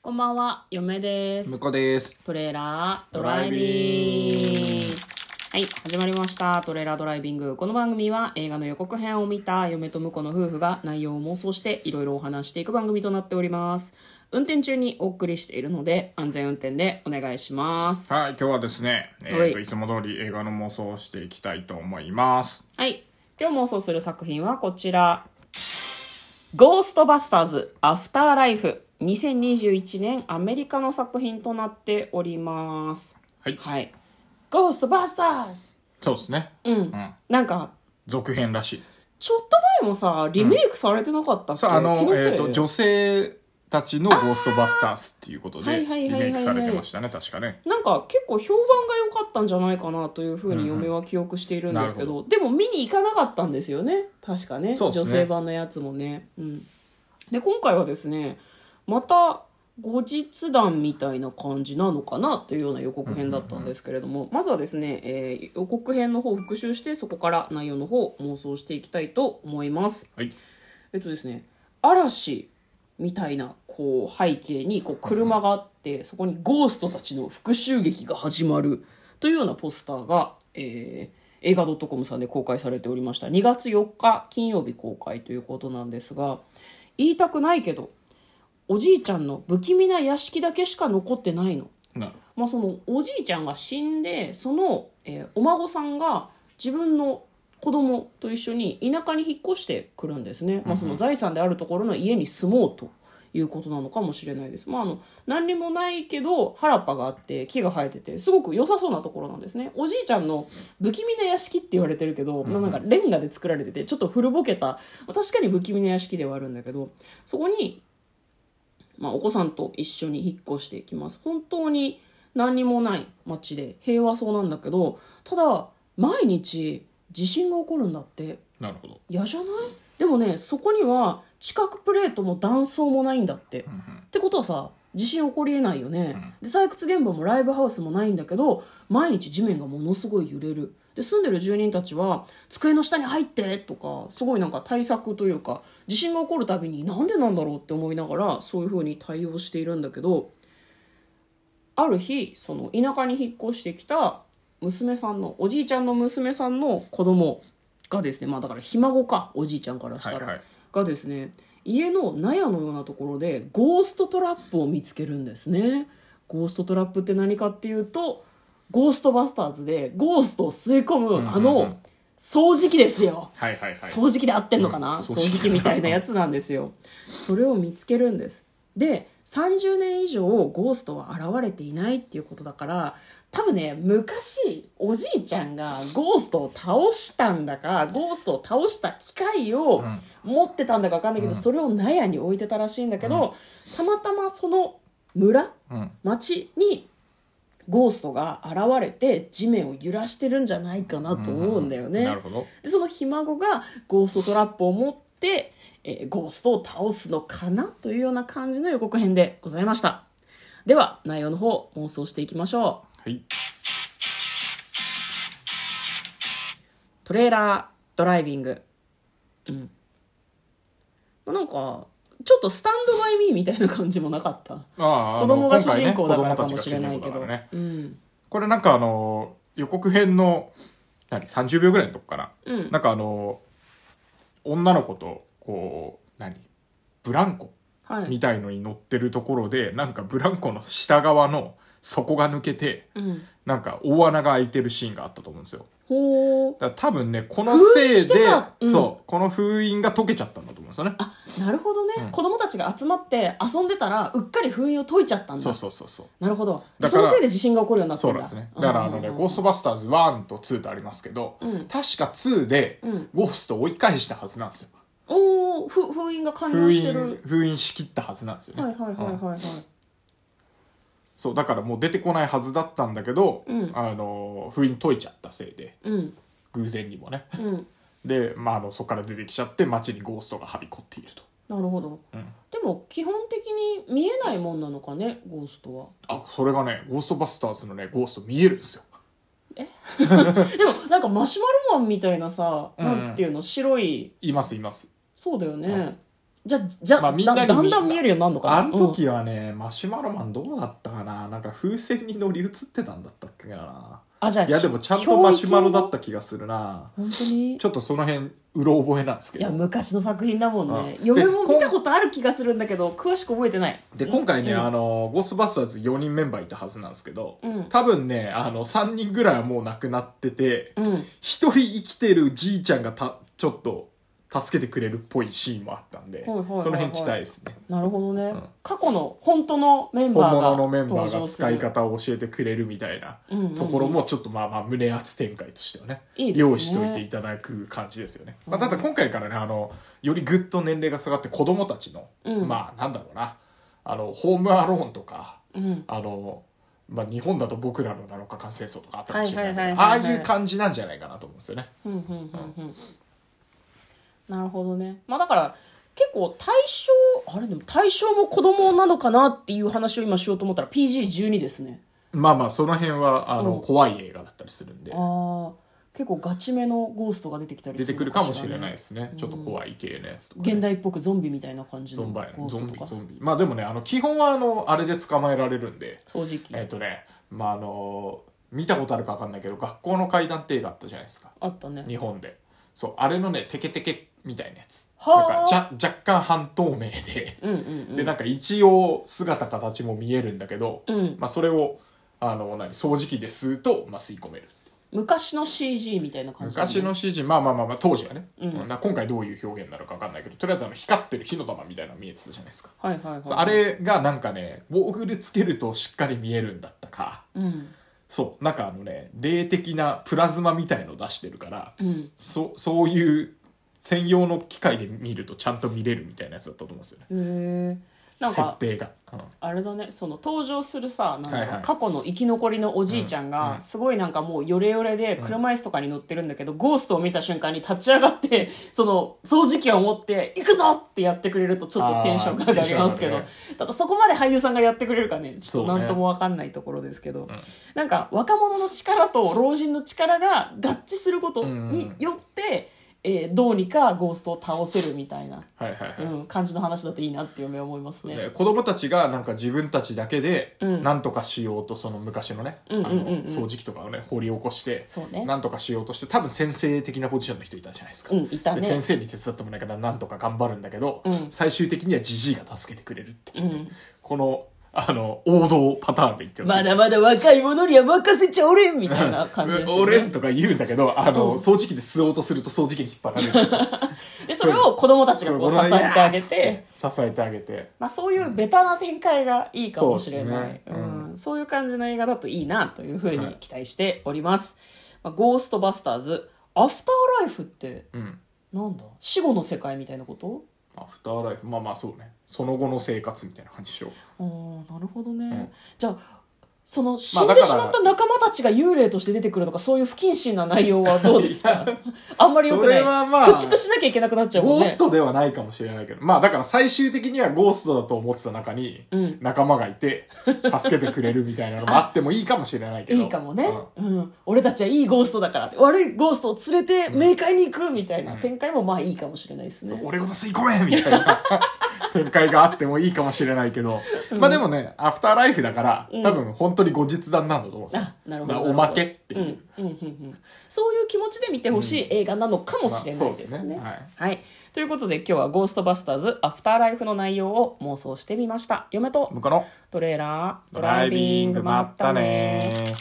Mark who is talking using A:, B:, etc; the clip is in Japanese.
A: こんばんは、嫁です
B: 向。こうです。
A: トレーラードライビング。はい、始まりました。トレーラードライビング。この番組は映画の予告編を見た嫁と婿の夫婦が内容を妄想していろいろお話していく番組となっております。運転中にお送りしているので安全運転でお願いします。
B: はい、今日はですね、え
A: は
B: ー、
A: い
B: といつも通り映画の妄想をしていきたいと思います。
A: はい、今日妄想する作品はこちら。ゴーストバスターズアフターライフ2021年アメリカの作品となっております。
B: はい、
A: はい。ゴーストバスターズ
B: そうですね。
A: うん。
B: ん
A: なんか、
B: 続編らしい。
A: ちょっと前もさ、リメイクされてなかったっけ、
B: そう、あの、
A: 気のせい
B: えっ、と、女性たちのゴーストバスターズっていうこと
A: あー
B: で、リ
A: はいはいはいはいはい
B: メイクされてましたね、確かね。
A: なんか結構評判が良かったんじゃないかなというふうに嫁は記憶しているんですけど、
B: な
A: でも見に行かなかったんですよね。確かね。
B: そうっすね
A: 女性版のやつもね。うん。で、今回はですね、また、後日談みたいな感じなのかなというような予告編だったんですけれども、まずはですね、えー予告編の方を復習して、そこから内容の方を妄想していきたいと思います。
B: はい。
A: えっとですね嵐みたいなこう背景にこう車があってそこにゴーストたちの復讐劇が始まるというようなポスターが、えー映画 .com さんで公開されておりました2月4日金曜日公開ということなんですが言いたくないけどおじいちゃんの不気味な屋敷だけしか残ってないの。
B: なる
A: まあ、そのおじいちゃんが死んでその、えーお孫さんが自分の子供と一緒に田舎に引っ越してくるんですね、まあ、その財産であるところの家に住もうということなのかもしれないです、まあ、あの何にもないけど原っぱがあって木が生えててすごく良さそうなところなんですねおじいちゃんの不気味な屋敷って言われてるけど、まあ、なんかレンガで作られててちょっと古ぼけた確かに不気味な屋敷ではあるんだけどそこにまあ、お子さんと一緒に引っ越していきます本当に何にもない町で平和そうなんだけどただ毎日地震が起こるんだって
B: なるほど。
A: 嫌じゃないでもねそこには地殻プレートも断層もないんだって、
B: うん
A: ってことはさ地震起こりえないよね、で採掘現場もライブハウスもないんだけど毎日地面がものすごい揺れるで住んでる住人たちは机の下に入ってとかすごいなんか対策というか地震が起こるたびになんでなんだろうって思いながらそういうふうに対応しているんだけどある日その田舎に引っ越してきた娘さんのおじいちゃんの娘さんの子供がですねまあだからひ孫かおじいちゃんからしたら、
B: はいはい
A: がですね家の納屋のようなところでゴーストトラップを見つけるんですねゴーストトラップって何かっていうとゴーストバスターズでゴーストを吸い込むあ
B: うんうんうん
A: の掃除機ですよ
B: はいはいはい。
A: 掃除機で合ってんのかな、
B: うん
A: 掃
B: 掃除機
A: 除機みたいなやつなんですよそれを見つけるんですで30年以上ゴーストは現れていないっていうことだから多分ね昔おじいちゃんがゴーストを倒したんだかゴーストを倒した機械を
B: うん
A: 持ってたんだか分かんないけど、
B: うん
A: それを納屋に置いてたらしいんだけど、たまたまその村
B: うん。
A: 街にゴーストが現れて地面を揺らしてるんじゃないかなと思うんだよね。
B: なるほど。
A: でそのひ孫がゴーストトラップを持って、えーゴーストを倒すのかなというような感じの予告編でございましたでは内容の方妄想していきましょう
B: はい。
A: トレーラードライビングうんまあなんかちょっとスタンドバイミーみたいな感じもなかった
B: ああ、
A: 子供が
B: あの
A: 主人公だからかもしれ
B: 今
A: な
B: 回
A: い
B: ね
A: け
B: 子供たちが主人公だ
A: ど、
B: からね
A: うん
B: これなんかあの、予告編の、何、30秒ぐらいのとこから、
A: うん
B: なんかあの、女の子と、こう、何ブランコ
A: は
B: み
A: い、
B: たいのに乗ってるところで、なんかブランコの下側の底が抜けて、
A: うん、
B: なんか大穴が開いてるシーンがあったと思うんですよ。
A: ほう
B: だから多分ね、このせい
A: 封印して
B: で
A: た、うん
B: そう、この封印が解けちゃったんだと思うんですよね。
A: あなるほどね、
B: うん
A: 子供たちが集まって遊んでたらうっかり封印を解いちゃったんだ
B: そうそうそうそう。
A: なるほど
B: だ
A: そ
B: から
A: のせいで地震が起こるようになって
B: そ
A: ん
B: う
A: だ
B: なんですね。だからあのね、ゴーストバスターズ1と2とありますけど、
A: うん
B: 確か2で
A: うん、
B: ゴーストを追い返したはずなんですよ。
A: おおふ封印が完了
B: 封
A: して
B: 印
A: る、
B: 封印しきったはずなんですよね。
A: はいはいはい
B: うん
A: はいはい、
B: そう、だからもう出てこないはずだったんだけど、
A: うん
B: あの、封印解いちゃったせいで、
A: うん
B: 偶然にもね。
A: うん
B: で、まあ、あの、そこから出てきちゃって、街にゴーストがはびこっていると。
A: なるほど
B: うん。
A: でも基本的に見えないもんなのかねゴーストは
B: あ、それがね、ゴーストバスターズのね、ゴースト見えるんですよ。
A: でもなんかマシュマロマンみたいなさ、
B: うん
A: なんていうの白い
B: います、います。
A: そうだよね、
B: うん
A: じゃじゃ、
B: まあみんなに
A: だだんだん見えるようになるのかな
B: あの時はね、マシュマロマンどうだったかななんか風船に乗り移ってたんだったっけな
A: うんあじゃあ
B: いやでもちゃんとマシュマロだった気がするな
A: 本当に
B: ちょっとその辺うろ覚えなんですけ
A: いや
B: ど
A: 昔の作品だもんね
B: うん
A: 嫁
B: で
A: も見たことある気がするんだけど詳しく覚えてない
B: で今回ね、
A: うん
B: あのゴーストバスターズ4人メンバーいたはずなんですけど、
A: うん
B: 多分ねあの3人ぐらいはもう亡くなってて、
A: うん
B: 一1人生きてるじいちゃんがたちょっと助けてくれるっぽいシーンもあったんで、
A: はいはいはいはい
B: その辺期待ですね
A: なるほどね、
B: ん
A: 過去の本当のメン
B: 本
A: バーが
B: 物のメンバ
A: 登
B: ーが
A: 場す
B: 使
A: る
B: い方を教えてくれるみたいな
A: うんうんうん
B: ところもちょっとまあまあ胸熱展開としてはね
A: いいですね
B: 用意しておいていただく感じですよね、まあ、ただ今回からねあのよりぐっと年齢が下がって子供たちの、
A: うん
B: まあなんだろうなあのホームアローンとか
A: うん
B: あの、まあ、日本だと僕らのなのか感染症とかあったかもしれないけど、
A: はいはいはいはい
B: ああいう感じなんじゃないかなと思うんですよね
A: うんうんうんうんなるほどねまあだから結構対象あれでも対象も子供なのかなっていう話を今しようと思ったら PG12 ですね
B: まあまあその辺はあの、
A: うん
B: 怖い映画だったりするんで
A: ああ結構ガチめのゴーストが出てきたり
B: 出
A: す
B: て
A: る
B: くる
A: の
B: かも
A: し
B: し
A: らね
B: れないですね、ちょっと怖い系のやつとか、ね、
A: 現代っぽくゾンビみたいな感じ
B: ゾ
A: の
B: ン
A: ゴ
B: バイ
A: ー
B: ゾ
A: ス
B: ン
A: ト
B: ビ
A: とか
B: ゾンビまあでもねあの基本はあのあれで捕まえられるんで
A: 掃除機
B: えっ、とねまああの見たことあるか分かんないけど学校の怪談って映画あったじゃないですか
A: あったね
B: 日本でそうあれのねテケテケみたいなやつ
A: は
B: なん
A: あ
B: かじゃ若干半透明で
A: うんうんう
B: で
A: ん
B: なんか一応姿形も見えるんだけど、
A: うん
B: まあ、それをあの何掃除機で吸うと、まあ、吸い込める
A: 昔の CG みたいな感じだね
B: 昔の CG まあまあまあまあ当時はね、
A: うん
B: まあ今回どういう表現なのか分かんないけどとりあえずあの光ってる火の玉みたいなの見えてたじゃないですか
A: はいはいはい
B: そうあれがなんかねゴーグルつけるとしっかり見えるんだったか
A: うん
B: そうなんかあのね霊的なプラズマみたいの出してるから
A: うん
B: そそういう専用の機械で見るとちゃんと見れるみたいなやつだったと思うんですよね
A: へえなん
B: 設
A: か
B: 定が、うん
A: あれだねその登場するさなんだろう、
B: はいはい
A: 過去の生き残りのおじいちゃん
B: うんう
A: が
B: ん
A: すごいなんかもうヨレヨレで車椅子とかに乗ってるんだけど、ゴーストを見た瞬間に立ち上がって その掃除機を持って「行くぞ!」ってやってくれるとちょっとテンションが上がりますけど、
B: あーテン
A: ただそこまで俳優さんがやってくれるかねちょっと
B: そうね
A: 何とも分かんないところですけど、
B: ん
A: なんか若者の力と老人の力が合致することによって、えーどうにかゴーストを倒せるみたいな、
B: はいはいはい、
A: うん、感じの話だといいなって嫁は思いますね。
B: ね子供たちがなんか自分たちだけで
A: うん
B: なんとかしようとその昔のね、
A: うんうんうんうん
B: あの掃除機とかをね掘り起こして
A: そうね
B: なんとかしようとして多分先生的なポジションの人いたじゃないですか、
A: うんいたね
B: で先生に手伝ってもらいながらなんとか頑張るんだけど、
A: うん
B: 最終的にはじじいが助けてくれるっていう、
A: うん
B: このあの王道パターンで言ってる
A: まだまだ若い者には任せちゃおれんみたいな感じですよ、ね、
B: 俺とか言うんだけどあの、
A: うん
B: 掃除機で吸おうとすると掃除機に引っ張られる
A: でそれを子供たちがこう支えて あ げ
B: そう
A: て、
B: 支えてあげて
A: まあ、そういうベタな展開がいいかもしれない、
B: そうですね
A: う
B: うんん
A: そういう感じの映画だといいなというふうに期待しております、まあ、ゴーストバスターズアフターライフって
B: うん
A: なんだ死後の世界みたいなこと
B: アフターライフまあまあそうねその後の生活みたいな感じでしょう
A: ああなるほどね、
B: ん
A: じゃあその死
B: まあ
A: ん
B: だ
A: で
B: から
A: しまった仲間たちが幽霊として出てくるとかそういう不謹慎な内容はどうですか あんまりよくない
B: それはまあ
A: 駆逐しなきゃいけなくなっちゃうもん
B: ゴ
A: ね
B: ーストではないかもしれないけど、まあだから最終的にはゴーストだと思ってた中に
A: うん、
B: 仲間がいて、助けてくれるみたいなのもあってもいいかもしれないけど。
A: いいかもね、
B: う
A: うん俺たちはいいゴーストだからって悪いゴーストを連れて冥界に行くみたいな
B: うん
A: 展開もまあいいかもしれないです
B: ん
A: ね、
B: そう俺ごと吸い込めみたいな展開があってもいいかもしれないけど、まあでもね、アフターライフだから、多分本当に後日談なんだと思うんですよ
A: あなるほどなる
B: だからお
A: ほど
B: まけっていうう。
A: んうんうんうんそういう気持ちで見てほしい映画なのかもしれないですね。
B: まあそうですねはい
A: はい、ということで今日は「ゴーストバスターズアフターライフ」の内容を妄想してみました。嫁と
B: 向こうの
A: トレーラード
B: ドライビング、まったね